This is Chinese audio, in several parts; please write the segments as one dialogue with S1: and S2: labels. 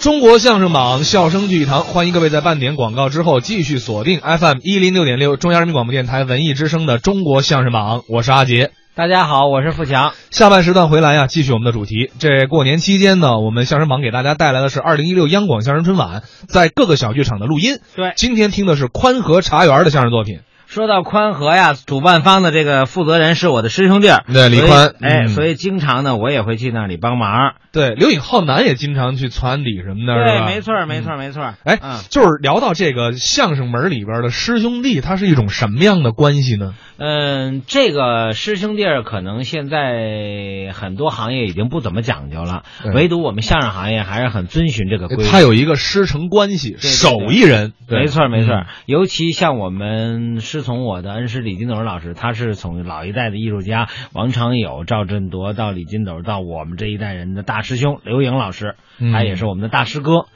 S1: 中国相声榜，笑声聚一堂，欢迎各位在半点广告之后继续锁定 FM 一零六点六，中央人民广播电台文艺之声的《中国相声榜》，我是阿杰。
S2: 大家好，我是富强。
S1: 下半时段回来呀、继续我们的主题。这过年期间呢，我们相声榜给大家带来的是二零一六央广相声春晚在各个小剧场的录音。
S2: 对，
S1: 今天听的是宽和茶园的相声作品。
S2: 说到宽和呀，主办方的这个负责人是我的师兄弟儿，
S1: 对李
S2: 所以
S1: 宽
S2: 哎，
S1: 嗯
S2: 所以经常呢，我也会去那里帮忙。
S1: 对，刘颖浩南也经常去攒底什么的，是
S2: 对，
S1: 吧？
S2: 没错儿，没
S1: 嗯
S2: 错儿，没错儿。
S1: 哎
S2: 嗯，
S1: 就是聊到这个相声门里边的师兄弟，它是一种什么样的关系呢？
S2: 嗯，这个师兄弟儿可能现在很多行业已经不怎么讲究了，
S1: 对
S2: 唯独我们相声行业还是很遵循这个规矩。
S1: 它有一个师承关系，
S2: 对
S1: 手艺人，对
S2: 没错儿，没错
S1: 嗯
S2: 儿。尤其像我们师从我的恩师李金斗老师，他是从老一代的艺术家王长友、赵振铎到李金斗，到我们这一代人的大师兄刘颖老师，
S1: 嗯
S2: 他也是我们的大师哥。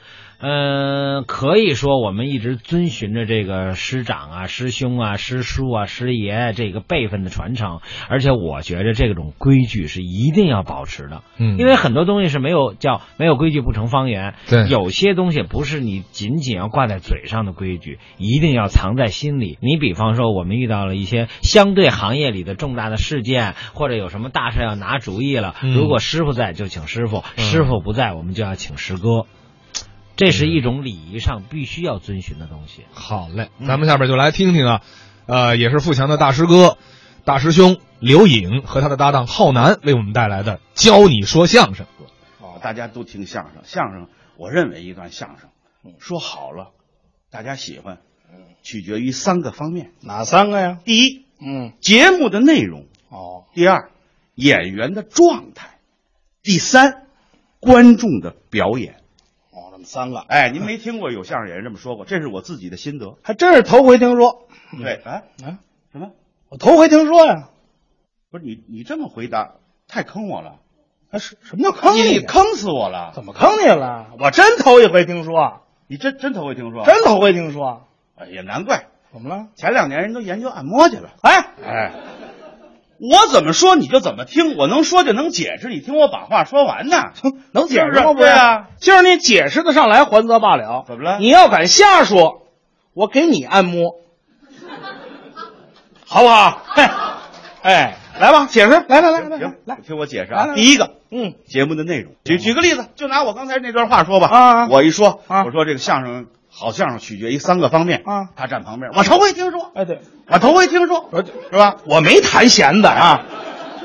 S2: 嗯，可以说我们一直遵循着这个师长啊、师兄啊、师叔啊、师爷这个辈分的传承，而且我觉着这种规矩是一定要保持的，
S1: 嗯
S2: 因为很多东西是没有叫没有规矩不成方圆，
S1: 对
S2: 有些东西不是你仅仅要挂在嘴上的规矩，一定要藏在心里。你比方说，我们遇到了一些相对行业里的重大的事件，或者有什么大事要拿主意了，
S1: 嗯
S2: 如果师傅在就请师傅，
S1: 嗯
S2: 师傅不在我们就要请师哥。这是一种礼仪上必须要遵循的东西。
S1: 好嘞，
S2: 嗯
S1: 咱们下边就来听听啊，呃，也是富强的大师哥、大师兄刘颖和他的搭档浩南为我们带来的《教你说相声》。
S3: 啊大家都听相声，相声我认为一段相声
S4: 嗯
S3: 说好了，大家喜欢，取决于三个方面：
S4: 哪三个呀？
S3: 第一，
S4: 嗯，
S3: 节目的内容；
S4: 哦，
S3: 第二，演员的状态；第三，观众的表演。
S4: 哦，这么三个，
S3: 哎，您没听过有相声演员这么 说过，这是我自己的心得。
S4: 还真是头回听说
S3: 对，哎，
S4: 啊！
S3: 什么？
S4: 我头回听说呀，
S3: 不是你，你这么回答太坑我了，
S4: 啊，什什么叫坑
S3: 你
S4: 你？
S3: 你坑死我了！
S4: 怎么坑你了？我真头一回听说，
S3: 你真真头回听说？
S4: 真头回听说，
S3: 哎呀，难怪
S4: 怎么了？
S3: 前两年人都研究按摩去了。
S4: 哎，
S3: 哎，我怎么说你就怎么听，我能说就能解释，你听我把话说完 呢，
S4: 能解释吗？
S3: 对啊，
S4: 今儿你解释的上来，还则罢了。
S3: 怎么了
S4: 你要敢瞎说，我给你 按摩，好不好？嘿，哎，来吧，解释，来来来来，
S3: 行，
S4: 来，
S3: 听我解释
S4: 来
S3: 啊。
S4: 来
S3: 第一个
S4: 嗯，
S3: 节目的内容，举举个例子，就拿我刚才那段话说吧。
S4: 啊啊
S3: 我一说，
S4: 啊
S3: 我说这个相声好相声取决于三个方面
S4: 啊
S3: 他站旁边，我头回听说，
S4: 哎对，
S3: 我头回听说，
S4: 我
S3: 是吧？
S4: 我没谈闲 的啊，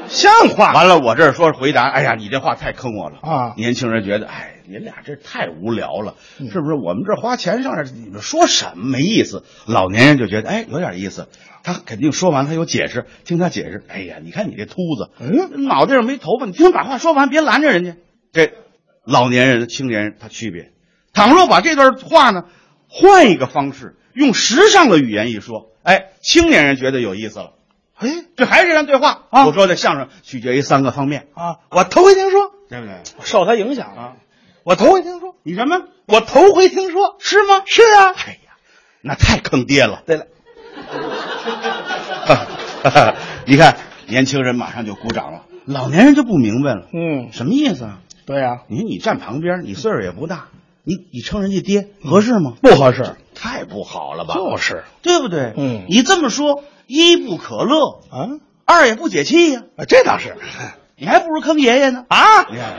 S4: 像话吗？
S3: 完了，我这儿说回答，哎呀，你这话太坑我了
S4: 啊
S3: 年轻人觉得，哎，你俩这太无聊了，是不是？我们这花钱上这儿，你们说什么没意思？老年人就觉得，哎，有点意思。他肯定说完，他有解释，听他解释。哎呀，你看你这秃子，
S4: 嗯
S3: 脑袋上没头发，你听把话说完，别拦着人家。这老年人、青年人他区别。倘若把这段话呢，换一个方式，用时尚的语言一说，哎，青年人觉得有意思了。
S4: 哎
S3: 这还是这段对话
S4: 啊
S3: 我说的相声取决于三个方面，
S4: 啊，我头回听说，
S3: 对不对？
S4: 受他影响
S3: 啊
S4: 啊，我头回听说，
S3: 你什么？
S4: 我头回听说，
S3: 是吗？
S4: 是啊。
S3: 哎呀，那太坑爹了！ 啊
S4: 对了，
S3: 你看，年轻人马上就鼓掌了，老年人就不明白了，
S4: 嗯，
S3: 什么意思啊？
S4: 对呀，
S3: 你说你站旁边，你岁数也不大，你你称人家爹合适吗？
S4: 嗯不合适，
S3: 太不好了吧？
S4: 就是
S3: 对不对？
S4: 嗯
S3: 你这么说，一不可乐，
S4: 啊，
S3: 二也不解气呀、
S4: 啊这倒是
S3: 你还不如坑爷爷呢。
S4: 啊，
S3: 你看，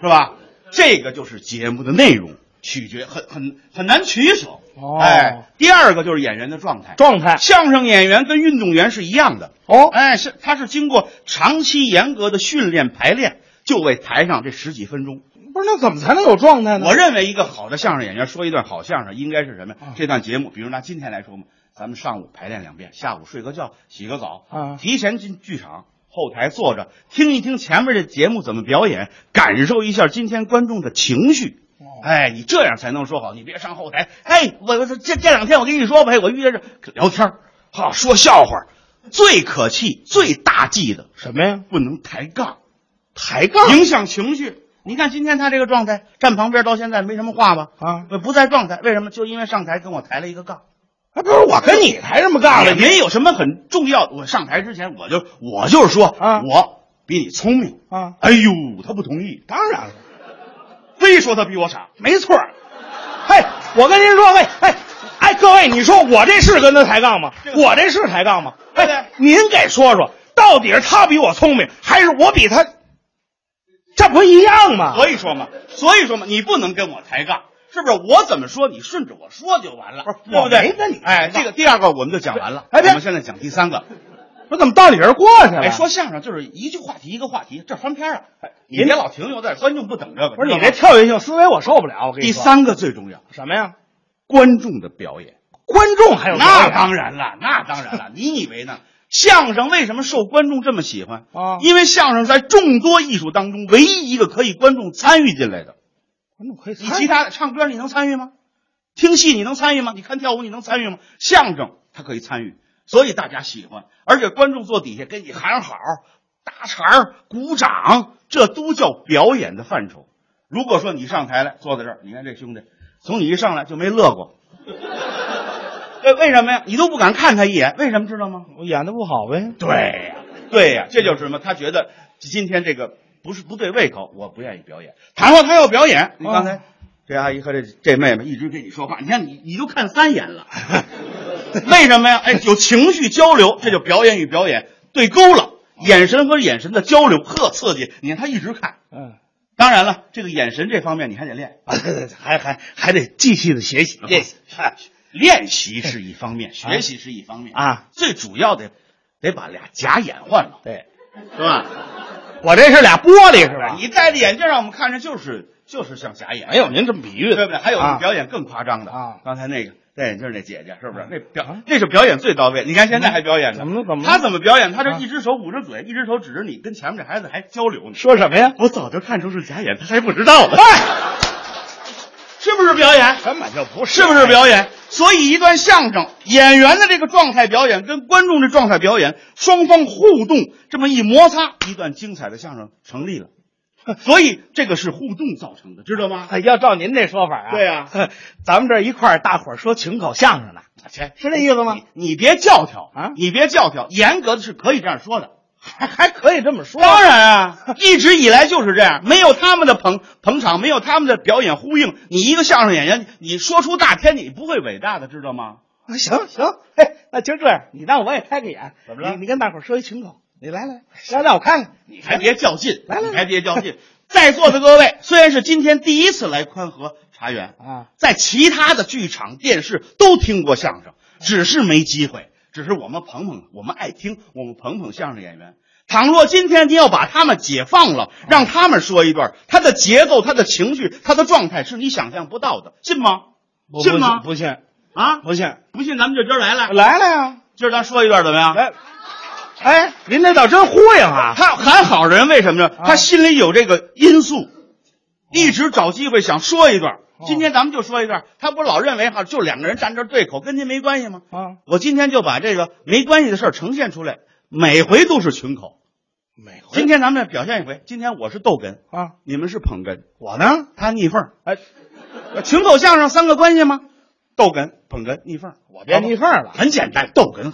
S3: 是吧？这个就是节目的内容，取决很很很难取舍。
S4: 哦
S3: 哎，第二个就是演员的状态。
S4: 状态
S3: 相声演员跟运动员是一样的，
S4: 哦
S3: 哎，是他是经过长期严格的训练排练，就为台上这十几分钟。
S4: 不是那怎么才能有状态呢？
S3: 我认为一个好的相声演员说一段好相声，应该是什么呀？这段节目，比如拿今天来说嘛，咱们上午排练两遍，下午睡个觉，洗个澡，
S4: 啊
S3: 提前进剧场，后台坐着听一听前面这节目怎么表演，感受一下今天观众的情绪。
S4: 哦
S3: 哎，你这样才能说好，你别上后台。哎，我我这这两天我跟你说吧，哎，我遇见这聊天儿，好、说笑话儿，最可气、最大忌的
S4: 什么呀？
S3: 不能抬杠。
S4: 抬杠
S3: 影响情绪。你看今天他这个状态，站旁边到现在没什么话吧？呃
S4: 啊，
S3: 不在状态，为什么？就因为上台跟我抬了一个杠。
S4: 还啊不是我跟你抬什么杠啊了？
S3: 也没有什么很重要的。我上台之前，我就我就是说，
S4: 啊
S3: 我比你聪明
S4: 啊
S3: 哎呦，他不同意，
S4: 当然了，
S3: 非说他比我傻。
S4: 没错儿。 嘿，我跟您说，喂，哎，哎，各位，你说我这是跟他抬杠吗？我这是抬杠吗？
S3: 对对
S4: 哎，您给说说，到底是他比我聪明，还是我比他？这不一样吗？
S3: 所以说嘛，所以说嘛，你不能跟我抬杠，是不是？我怎么说，你顺着我说就完了，
S4: 不是
S3: 对不对？
S4: 我没跟你
S3: 哎，
S4: 抬杠
S3: 这个第二个我们就讲完了，
S4: 哎
S3: 我
S4: 别
S3: 们现在讲第三个。
S4: 我怎么到你这儿过去了？
S3: 哎，说相声就是一句话题一个话题，这翻篇儿啊！你
S4: 您
S3: 别老停留在这儿观众不等这个。
S4: 哎不是你
S3: 知道吗
S4: 这跳跃性思维我受不了。我跟你
S3: 第
S4: 说，
S3: 三个最重要，
S4: 什么呀？
S3: 观众的表演。
S4: 观众还有
S3: 那当然了，那当 然了，你以为呢？相声为什么受观众这么喜欢
S4: 啊
S3: 因为相声在众多艺术当中唯一一个可以观众参与进来的。
S4: 观众可以
S3: 你其他的唱歌你能参与吗？听戏你能参与吗？你看跳舞你能参与吗？相声他可以参与，所以大家喜欢，而且观众坐底下跟你喊好、搭茬儿、鼓掌，这都叫表演的范畴。如果说你上台来坐在这儿，你看这兄弟从你一上来就没乐过， 为为什么呀？你都不敢看他一眼，为什么知道吗？
S4: 我演的不好呗。
S3: 对呀、对呀、这就是什么？他觉得今天这个不是不对胃口，我不愿意表演。倘若他要表演，你刚才、
S4: 啊
S3: 这阿姨和这这妹妹一直跟你说话，你看你你都看三眼了，为什么呀？哎，有情绪交流，这就表演与表演对勾了，眼神和眼神的交流，呵，刺激！你看他一直看。
S4: 嗯，
S3: 当然了，这个眼神这方面你还得练，还还还得继续的学习练习。练习是一方面，学习是一方面
S4: 啊，
S3: 最主要的得把俩假眼换了，
S4: 对，
S3: 是吧？
S4: 我这是俩玻璃是吧？
S3: 你戴着眼镜让我们看着就是就是像假眼，哎
S4: 没有您这么比喻
S3: 对不对？还有
S4: 啊
S3: 表演更夸张的
S4: 啊
S3: 刚才那个戴眼镜那姐姐是不是
S4: 啊？
S3: 那表
S4: 啊
S3: 那是表演最到位。你看现在还表演呢，
S4: 怎么了怎么了
S3: 他怎么表演？他这
S4: 啊
S3: 一只手捂着嘴，一只手指着你，跟前面这孩子还交流呢。
S4: 说什么呀？
S3: 我早就看出是假眼，他还不知道呢。是不是表演？
S4: 哎根本就不
S3: 是不是表演？所以一段相声演员的这个状态表演跟观众的状态表演，双方互动这么一摩擦，一段精彩的相声成立了。 所以这个是互动造成的，知道吗？
S4: 哎要照您这说法啊，
S3: 对呀
S4: 哼 咱们这一块儿大伙儿说群口相声呢，
S3: 啊切
S4: 是这意思吗？
S3: 你你别教条
S4: 啊
S3: 你别教条，严格的是可以这样说的。
S4: 还还可以这么说
S3: 当然啊，一直以来就是这样，没有他们的捧捧场，没有他们的表演呼应，你一个相声演员，你说出大天，你不会伟大的，知道吗？
S4: 啊行行，嘿，那就这样，你让我也开个眼，
S3: 怎么了
S4: 你你跟大伙儿说一群口，你来来，来让我看看，
S3: 你还别较劲，
S4: 来来来
S3: 你还别较劲。在座的各位，虽然是今天第一次来宽和茶园，
S4: 啊，
S3: 在其他的剧场、电视都听过相声，只是没机会。只是我们捧捧，我们爱听，我们捧捧相声演员。倘若今天你要把他们解放了，让他们说一段，他的节奏、他的情绪、他的状态是你想象不到的，信吗？
S4: 不
S3: 信吗？
S4: 不信
S3: 啊，
S4: 不信，
S3: 不信咱们就今儿来了，
S4: 来了呀，
S3: 今儿咱说一段怎么样？
S4: 来，哎，您这倒真呼应啊，
S3: 他喊好的人为什么呢？他心里有这个因
S4: 哦
S3: 素，一直找机会想说一段。今天咱们就说一段，他不老认为哈，就两个人站这儿对口，跟您没关系吗？
S4: 啊，
S3: 我今天就把这个没关系的事儿呈现出来，每回都是群口。
S4: 每回
S3: 今天咱们表现一回，今天我是逗哏，
S4: 啊，
S3: 你们是捧哏，
S4: 我呢，
S3: 他逆缝儿。
S4: 哎，
S3: 群口相声三个关系吗？逗哏、捧哏、逆缝儿。我
S4: 别逆缝儿了
S3: 很简单，逗哏、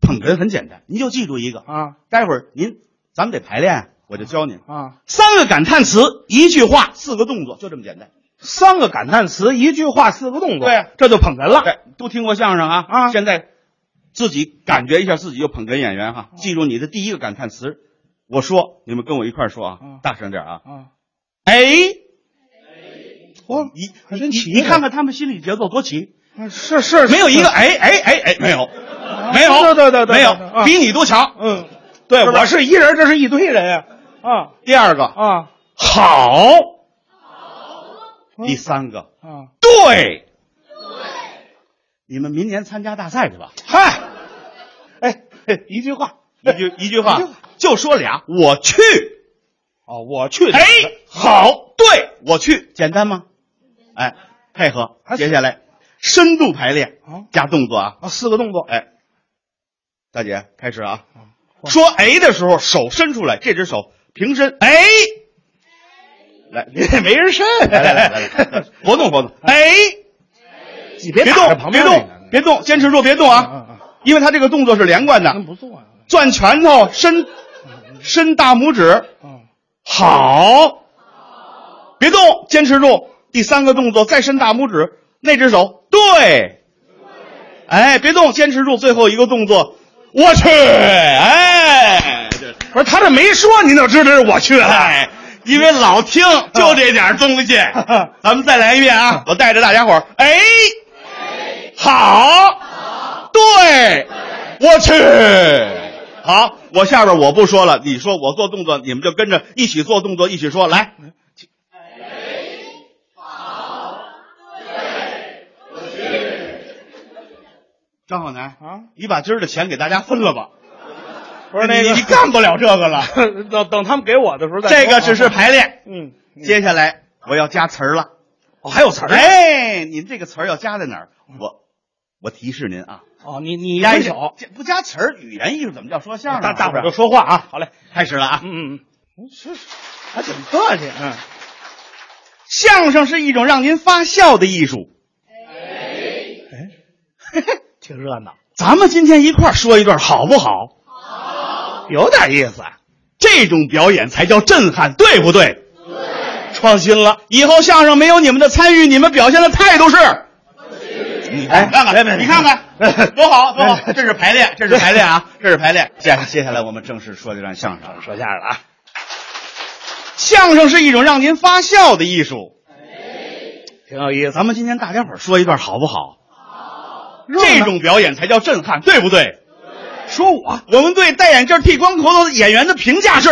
S3: 捧哏很简单，您就记住一个。
S4: 啊
S3: 待会儿您咱们得排练啊，我就教您。
S4: 啊，
S3: 三个感叹词，一句话，四个动作，就这么简单。
S4: 三个感叹词，一句话，四个动作，
S3: 对，
S4: 啊
S3: 啊
S4: 这就捧哏了，
S3: 对，都听过相声啊
S4: 啊
S3: 现在自己感觉一下自己就捧哏演员
S4: 哦
S3: 哈、记住你的第一个感叹词，我说，你们跟我一块儿说啊，
S4: 嗯
S3: 大声点啊！
S4: 啊，
S3: 哎，
S4: 我
S3: 你
S4: 还真
S3: 你
S4: 奇
S3: 你
S4: 怪
S3: 看看他们心理节奏多齐，
S4: 啊是是，
S3: 没有
S4: 是哦
S3: 一个哎哎哎哎，没有，没
S4: 对
S3: 有，
S4: 对对对对
S3: 没有
S4: 对啊，
S3: 比你都强。
S4: 嗯，对，
S3: 是吧
S4: 我是一人，这是一堆人呀，啊
S3: 第二个
S4: 啊
S3: 好，
S4: 嗯
S3: 第三个
S4: 啊，
S3: 对，你们明年参加大赛去吧。
S4: 嗨，哎，嘿一句话，
S3: 一句一句话
S4: 一句话
S3: 就说俩，我去，
S4: 哦，我去，
S3: 哎，好，对我去，简单吗？哎，配合，
S4: 还
S3: 接下来深度排练
S4: 啊，
S3: 加动作啊，
S4: 啊，四个动作，
S3: 哎，大姐开始啊，说哎的时候手伸出来，这只手平伸，哎，来， 没人伸，来来来来， 活动活动，哎，
S4: 你别
S3: 别
S4: 打着
S3: 动
S4: 旁
S3: 别
S4: 边
S3: 动
S4: 那个
S3: 别动，坚持住别动
S4: 嗯
S3: 啊
S4: 嗯嗯，
S3: 因为他这个动作是连贯
S4: 那
S3: 的，
S4: 不错啊，
S3: 攥拳头伸伸大拇指。
S4: 嗯，
S3: 好，别动，坚持住。第三个动作，再伸大拇指，那只手，对，哎，别动，坚持住。最后一个动作，我去，哎，对
S4: 不是他这没说，您就知道是我去啊了。
S3: 哎，因为老听就这点东 西，咱们再来一遍啊！我带着大家伙儿，哎，好，对，我去，好，我下边我不说了，你说我做动作，你们就跟着一起做动作，一起说，来，张浩南
S4: 啊，
S3: 你把今儿的钱给大家分了吧，
S4: 不是那
S3: 你
S4: 个
S3: 你，干不了这个 了，
S4: 等等他们给我的时候再说啊
S3: 这个只是排练。
S4: 嗯，
S3: 接下来我要加词儿了。
S4: 哦还有词儿
S3: 哎，您这个词儿要加在哪儿？我我提示您啊，
S4: 哦，你你
S3: 加
S4: 挥
S3: 一点
S4: 手，，
S3: 这不加词儿，语言艺术怎么叫说相声啊？
S4: 大大伙儿就是说话啊。好嘞，
S3: 不是开始了啊！
S4: 嗯嗯嗯，是，还挺客气，嗯，
S3: 相声是一种让您发笑的艺术。哎
S4: 挺热闹，
S3: 咱们今天一块儿说一段好不好？
S4: 有点意思。
S3: 这种表演才叫震撼，对不对？创新了，以后相声没有你们的参与，你们表现的态度是。你看看，
S4: 别别
S3: 哎你看
S4: 别
S3: 看， 多好多好！
S4: 别
S3: 这是排练，这是排练啊，这是排 练。接接下来我们正式说这段相声。
S4: 说相声啊，
S3: 相声是一种让您发笑的艺术。
S4: 挺有意思。
S3: 咱们今天大家伙儿说一段好不好？
S4: 闹
S3: 这种表演才叫震撼，对不对？
S4: 说我
S3: 我们对戴眼镜、剃光头的演员的评价是，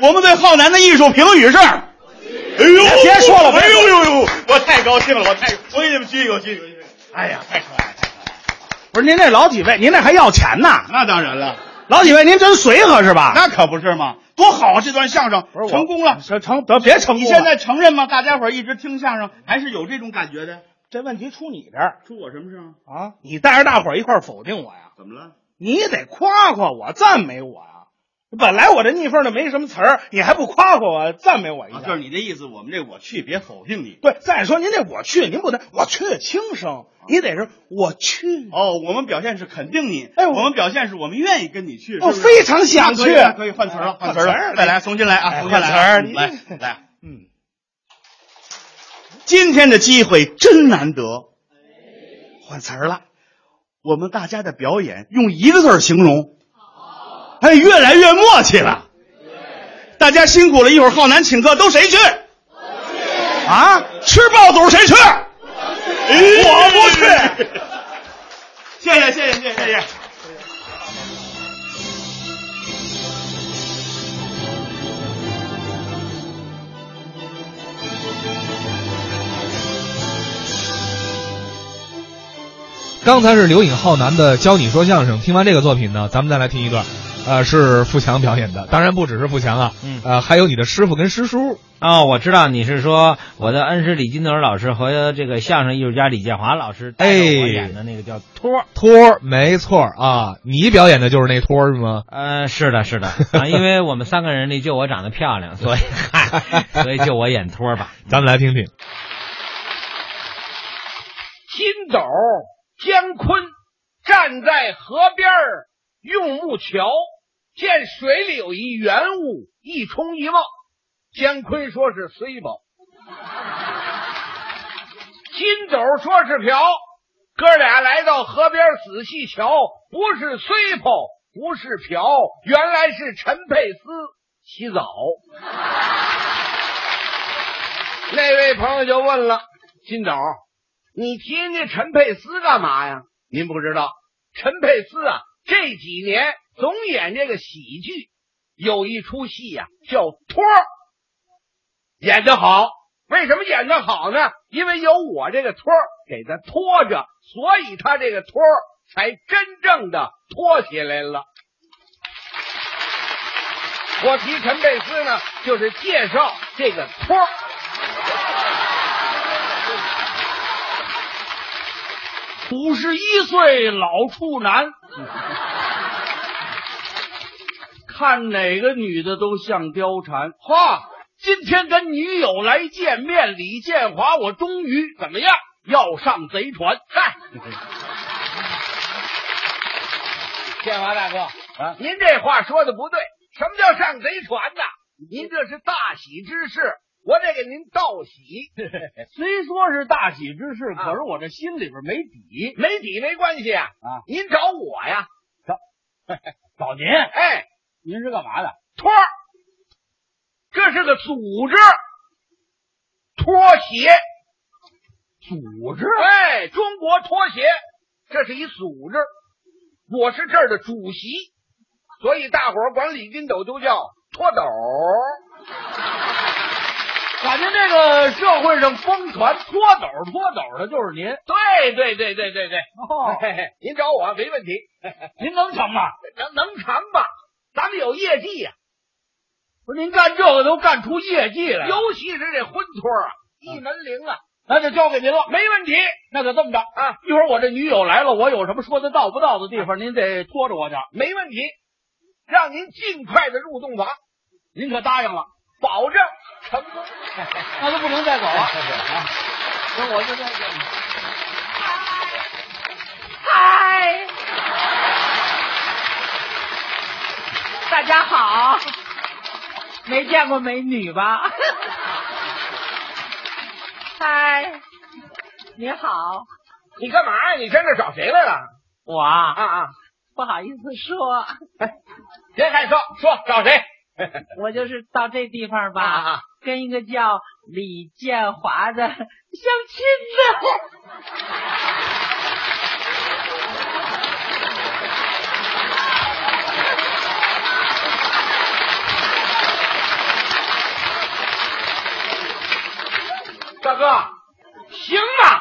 S3: 我们对浩南的艺术评语是。哎呦
S4: 别说了别说了
S3: 哎呦呦呦！我太高兴了，我太，我给你们鞠一个，鞠一个，鞠一个。哎呀，太可爱了，太可爱了！
S4: 不是您这老几位，您这还要钱呢？
S3: 那当然了，
S4: 老几位您真随和是吧？
S3: 那可不是嘛，多好啊！这段相声
S4: 不是我
S3: 成功了。
S4: 成成得别成功了。
S3: 你现在承认吗？大家伙儿一直听相声，还是有这种感觉的。
S4: 这问题出你这儿
S3: 出我什么事啊？
S4: 啊？你带着大伙儿一块儿否定我呀？
S3: 怎么了？
S4: 你也得夸夸我，赞美我呀。本来我这逆缝儿就没什么词儿，你还不夸夸我，赞美我一下？
S3: 啊，就是你这意思，我们这我去，别否定你。
S4: 对，再说您这我去，您不能我去轻声，你得是我去，
S3: 哦，我们表现是肯定你，
S4: 哎我
S3: 我们表现是我们愿意跟你去，
S4: 我
S3: 是不是
S4: 非常想去啊
S3: 可以了可以换词儿了，换词儿
S4: 换词儿
S3: 了，
S4: 了
S3: 再来，重新来啊，
S4: 哎
S3: 重新来啊，
S4: 换
S3: 嗯
S4: 词儿
S3: 来
S4: 你这
S3: 来，
S4: 嗯，
S3: 今天的机会真难得，换词儿了，我们大家的表演用一个字儿形容，哎，越来越默契了，大家辛苦了，一会儿浩南请客都谁去？啊，吃爆肚谁去？我不去。谢谢谢谢谢谢谢谢。
S1: 刚才是刘颖浩南的《教你说相声》，听完这个作品呢，咱们再来听一段，呃，是富强表演的，当然不只是富强啊，
S2: 嗯
S1: 呃，还有你的师傅跟师叔，
S2: 哦，我知道你是说我的恩师李金斗老师和这个相声艺术家李建华老师带着我
S1: 哎
S2: 演的那个叫托儿。
S1: 托儿，没错儿啊，你表演的就是那托儿是吗？
S2: 呃，是的， 是的，啊，因为我们三个人里就我长得漂亮，所以 嗨，所以就我演托儿吧。
S1: 咱们来听听，
S5: 金斗、姜昆站在河边儿，用木桥见水里有一圆物，一冲一冒。姜昆说是水宝，金斗说是瓢。哥俩来到河边儿仔细瞧，不是水泡，不是瓢，原来是陈佩斯洗澡。那位朋友就问了，金斗。你提人家陈佩斯干嘛呀？您不知道，陈佩斯啊，这几年总演这个喜剧，有一出戏呀、叫《托儿》，演得好。为什么演得好呢？因为有我这个托儿给他托着，所以他这个托儿才真正的托起来了。我提陈佩斯呢，就是介绍这个托儿。五十一岁老处男，看哪个女的都像貂蝉。哈，今天跟女友来见面，李建华，我终于怎么样？要上贼船！嗨，建华大哥啊，您这话说的不对。什么叫上贼船呐？您这是大喜之事，我得给您道喜。
S4: 虽说是大喜之事，
S5: 啊
S4: 可是我这心里边没底。
S5: 没底没关系啊，
S4: 啊
S5: 您找我呀，
S4: 找您，
S5: 哎，
S4: 您是干嘛的？
S5: 托儿，这是个组织，拖鞋，
S4: 组织
S5: 哎，中国拖鞋，这是一组织，我是这儿的主席，所以大伙儿管李金斗都叫拖斗。
S4: 感觉这个社会上疯传脱斗脱斗的就是您。
S5: 对对对对对对，
S4: 哦
S5: 嘿嘿您找我没问题，
S4: 您能成吗？
S5: 能能成吧？咱们有业绩呀、
S4: 不是您干这个都干出业绩来了，嗯
S5: 尤其是这婚托啊，一门灵啊，
S4: 那就交给您了。
S5: 没问题。
S4: 那就这么着
S5: 啊，
S4: 一会儿我这女友来了，我有什么说的到不到的地方，您得拖着我点儿。
S5: 没问题，让您尽快的入洞房，
S4: 您可答应了，
S5: 保证成功。
S4: 那就不能再走了。那我就这
S6: 嗨，大家好，没见过美女吧？嗨，你好，
S5: 你干嘛呀、你上这儿找谁来了？
S6: 我啊
S5: 啊啊！
S6: 不好意思说，
S5: 别害羞，说找谁？
S6: 我就是到这地方吧，
S5: 啊啊！
S6: 跟一个叫李建华的相亲的。
S5: 大哥，行吗？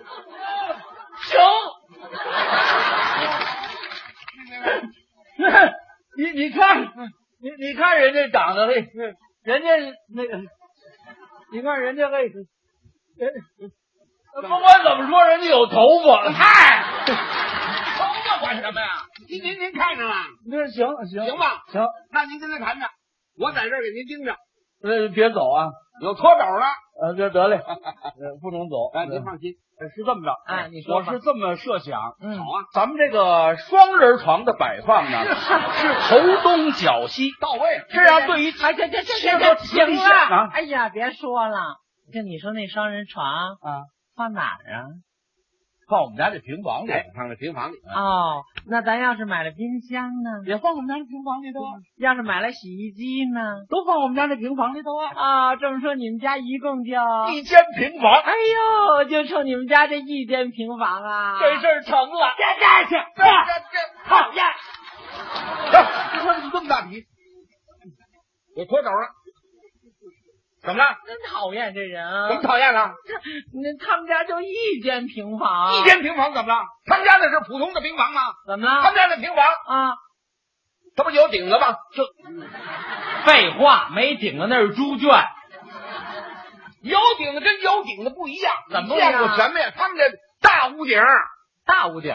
S5: 行，
S4: 样。你你看，你你看人家长得嘿，人家那个，你看人家嘿，呃不管怎么说，人家有头发。嗨，
S5: 头发管什么呀？您您您看上了，
S4: 那行行
S5: 行吧？
S4: 行，
S5: 那您跟他谈谈，我在这儿给您盯着。
S4: 那别走啊，
S5: 有搓手了，
S4: 呃，这得嘞，呃不能走。
S5: 哎，您放心。
S4: 呃是这么着，
S6: 啊你说
S4: 我
S6: 吧
S4: 是这么设想，
S6: 嗯
S5: 好啊，
S4: 咱们这个双人床的摆放呢，是头东脚西，
S5: 到位了。
S4: 这样对于
S6: 哎，这这这
S4: 切
S6: 这
S4: 割
S6: 这
S4: 体
S6: 行
S4: 力啊
S6: 了！哎呀，别说了，就你说那双人床
S4: 啊，
S6: 放哪儿啊？
S4: 放我们家这平房里，嗯
S5: 哎，放在平房里。
S6: 哦，那咱要是买了冰箱呢？
S4: 也放我们家这平房里头啊，
S6: 要是买了洗衣机呢？
S4: 都放我们家这平房里头啊。
S6: 啊、这么说你们家一共就……
S4: 一间平房，
S6: 哎呦，就冲你们家这一间平房啊！
S4: 这事儿成了。
S6: 这这
S5: 这
S4: 啊
S5: 这
S6: 讨厌！
S5: 这，你说你这么大脾气，有搓手了，怎么了？
S6: 真讨厌这人
S5: 怎么
S6: 啊！
S5: 讨厌了？
S6: 那他们家就一间平房，
S5: 一间平房怎么了？他们家那是普通的平房吗？
S6: 怎
S5: 他们
S6: 么
S5: 家那平房，
S6: 啊？
S5: 它不有顶子吗？这
S2: 废话，没顶的那是猪圈，
S5: 有顶子跟有顶子不一样，
S6: 怎么不
S5: 你
S6: 一样
S5: 见过什么呀？他们这大屋顶，
S2: 大屋顶，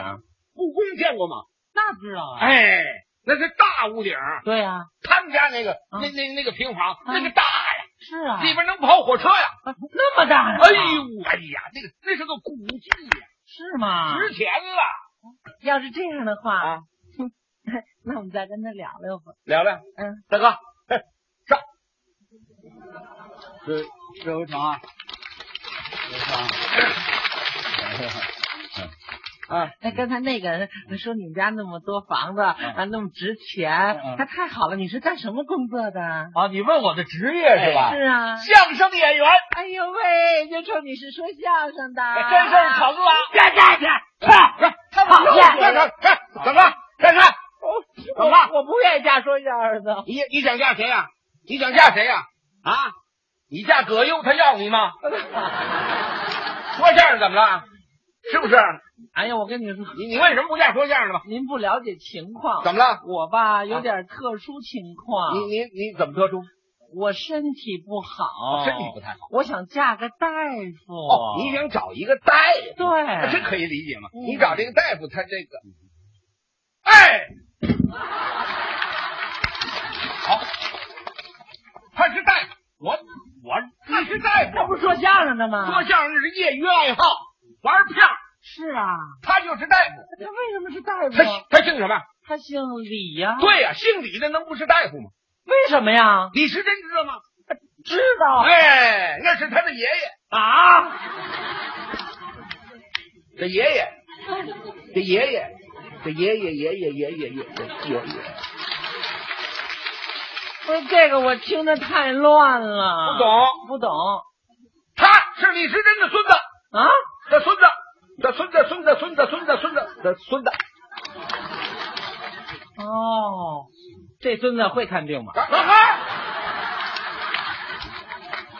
S5: 故宫见过吗？
S6: 那知道啊？
S5: 哎，那是大屋顶，
S6: 对啊呀、
S5: 他们家那个、
S6: 嗯
S5: 那那那个平房，那个大呀，
S6: 是啊，
S5: 里边能跑火车呀！
S6: 那么大呢，
S5: 哎呦，哎呀，那个那是个古迹呀，
S6: 是吗？
S5: 值钱了。
S6: 要是这样的话，
S5: 啊
S6: 哼， 那我们再跟他聊聊吧。
S5: 聊聊，
S6: 嗯，
S5: 大哥，嘿上，
S4: 这这回成啊，这回成啊。
S6: 哎，刚才那个人
S5: 嗯
S6: 说你们家那么多房子啊，那么值钱，
S4: 嗯
S6: 那太好了。你是干什么工作的？
S4: 啊，你问我的职业是吧？
S6: 是啊，
S4: 相声演员，
S6: 哎呦喂，就说你是说相声的，
S5: 哎啊
S4: 这事儿成了。哎
S6: 讨
S5: 干
S6: 厌。
S5: 啥？哎，怎么了？干啥？
S6: 我
S5: 怎么了
S6: 哦我不愿意嫁说相声的，
S5: 你你想嫁谁呀、你想嫁谁呀、啊？你嫁葛优，他要你吗？说相声怎么了？是不是？
S6: 哎呀，我跟你说，
S5: 你你为什么不嫁说相声的吧？
S6: 您不了解情况。
S5: 怎么了？啊嗯
S6: 我吧有点特殊情况，
S5: 你你你怎么特殊？哦
S6: 我身体不好，
S5: 身体不太好。
S6: 我想嫁个大夫。
S5: 哦，你想找一个大夫，
S6: 对，
S5: 这可以理解嘛？
S6: 哎嗯
S5: 你找这个大夫，他这个，哎，好，他是大夫，我我他是大
S6: 他
S5: 夫，
S6: 不说相声的吗？
S5: 说相声是业余爱好，玩票，
S6: 是啊，
S5: 他就是大夫。
S6: 那为什么是大夫
S5: 他
S6: 啊？
S5: 他姓什么？
S6: 他姓李呀、
S5: 对呀、姓李的能不是大夫吗？
S6: 为什么呀？
S5: 李时珍知道吗？
S6: 知道
S5: 哎，那是他的爷爷，
S6: 啊？
S5: 这爷爷，这爷爷，这爷爷爷爷爷爷爷爷爷爷。
S6: 不是哎这个，我听的太乱了，
S5: 不懂，
S6: 不懂
S5: 他是李时珍的孙子，
S6: 啊？
S5: 的孙子，的孙子，孙子，孙子，孙子，孙子的孙子。
S6: 哦，这孙子会看病吗？
S5: 啊哈！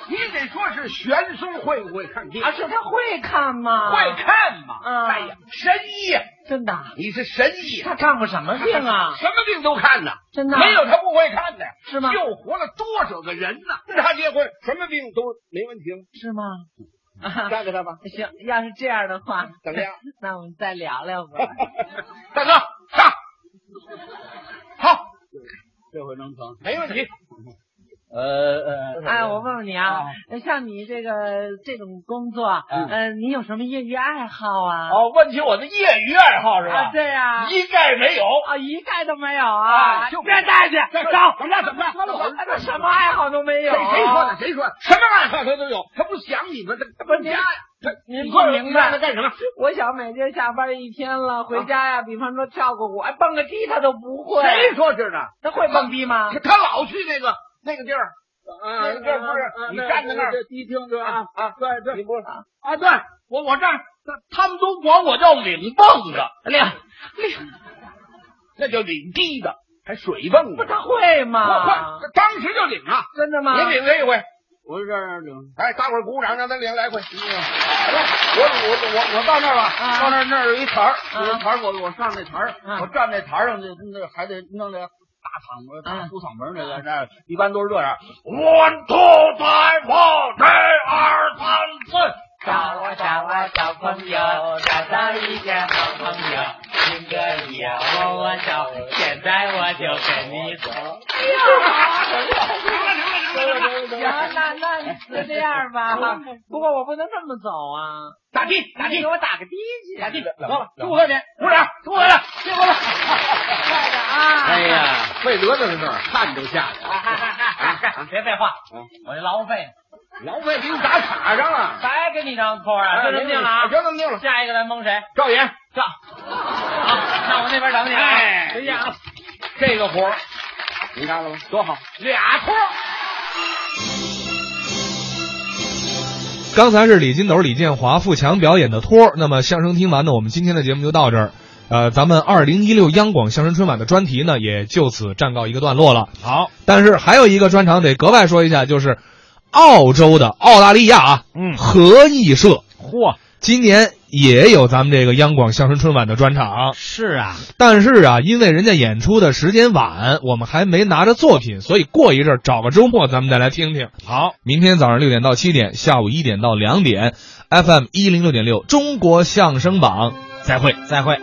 S5: 你得说是玄宗会不会看病？
S6: 啊，是他会看吗？
S5: 会，看嘛！
S6: 嗯
S5: 哎呀，神医呀，
S6: 真的啊。
S5: 你是神医呀，
S6: 他看过什么病啊？
S5: 什么病都看呐，
S6: 真的啊
S5: 没有他不会看的呀，
S6: 是吗
S5: 救活了多少个人呐！跟他结婚，什么病都没问题哦了，
S6: 是 吗？啊，
S5: 嫁给他吧，
S6: 行，要是这样的话，
S5: 怎么样？
S6: 那我们再聊聊
S5: 哎
S6: 吧。
S5: 大哥，上，好，这回能成，没问题。 呃呃
S6: 哎，我问问你啊，像你这个这种工作，
S5: 嗯
S6: 呃，你有什么业余爱好啊？
S5: 哦，问起我的业余爱好是吧
S6: 啊，？对呀，
S5: 一概没有。
S6: 啊，一概都没有啊，
S5: 哎就
S6: 别带去，
S5: 这
S6: 走。
S5: 怎么着？怎么哎着？
S6: 他什么爱好都没有。
S5: 谁谁说的？？谁说的？什么爱好他都有，他不想你吗？他他不家呀。他
S6: 您
S5: 你
S6: 不
S5: 说
S6: 明
S5: 让他
S6: 白
S5: 干什么？
S6: 我想每天下班一天了，回家呀，比方说跳个舞，哎，蹦个迪他都不会。
S5: 谁说是的？
S6: 他会蹦迪吗？
S5: 他他老去那个那个地儿。
S6: 那
S5: 啊，
S6: 个
S5: 这不
S6: 啊啊
S5: 是你
S6: 那
S5: 站在那儿
S4: 这，迪厅对
S5: 啊
S4: 吧？
S5: 啊，对对，你不是
S4: 啊，对，我我这儿他他们都管我叫领蹦子，
S6: 领
S5: 那叫领地的，还水泵
S6: 不，
S5: 呢。
S6: 他会
S5: 快
S6: 吗？，
S5: 当时就领啊！
S6: 真的吗？
S5: 你领他一回，
S4: 我这儿领。
S5: 哎，大伙儿鼓掌，让他领来回。嗯我我我我到那儿吧，
S6: 啊
S5: 到那儿那儿有一台儿，
S6: 啊
S5: 有一台儿，我我上那台儿
S6: 啊，
S5: 我站那台儿上去，那还得弄那个大嗓门，大
S6: 啊
S5: 出嗓门那个，那一般都是这样，one two three four，一二三四。
S6: 找啊找啊找朋友，找到一个好朋友，听歌你呀我我找，现在我就跟你走。行，那那你就这样吧。不过我不能这么走啊，
S5: 咋地咋
S6: 你
S5: 地
S6: 给我打个的去，
S5: 咋地，
S1: 怎么了
S5: 给我点，鼓掌，给我点，给我点。
S6: 快点啊！
S2: 哎，呀，费德的事儿汗都下来
S6: 哎
S2: 了。别废话，我这劳务费
S5: 啊老费给你打卡上了，
S2: 白给你一张托啊，
S5: 哎
S2: 就这么定了啊。
S5: 就这么定了。
S2: 下一个咱蒙谁？
S5: 赵岩，
S2: 上，好，那我那边等你啊。
S5: 哎
S2: 再见啊。
S5: 这个活儿你看了吗？多好，俩托儿。
S1: 刚才是李金斗、李建华、付强表演的托儿。那么相声听完呢，我们今天的节目就到这儿。呃，咱们二零一六央广相声春晚的专题呢，也就此暂告一个段落了。
S2: 好，
S1: 但是还有一个专场得格外说一下，就是澳洲的澳大利亚啊，
S2: 嗯
S1: 合艺社
S2: 嚯，
S1: 今年也有咱们这个央广相声春晚的专场。
S2: 是啊，
S1: 但是啊，因为人家演出的时间晚，我们还没拿着作品，所以过一阵儿找个周末咱们再来听听。
S2: 好，
S1: 明天早上六点到七点，下午一点到两点，FM 一零六点六中国相声榜，再会。
S2: 再会。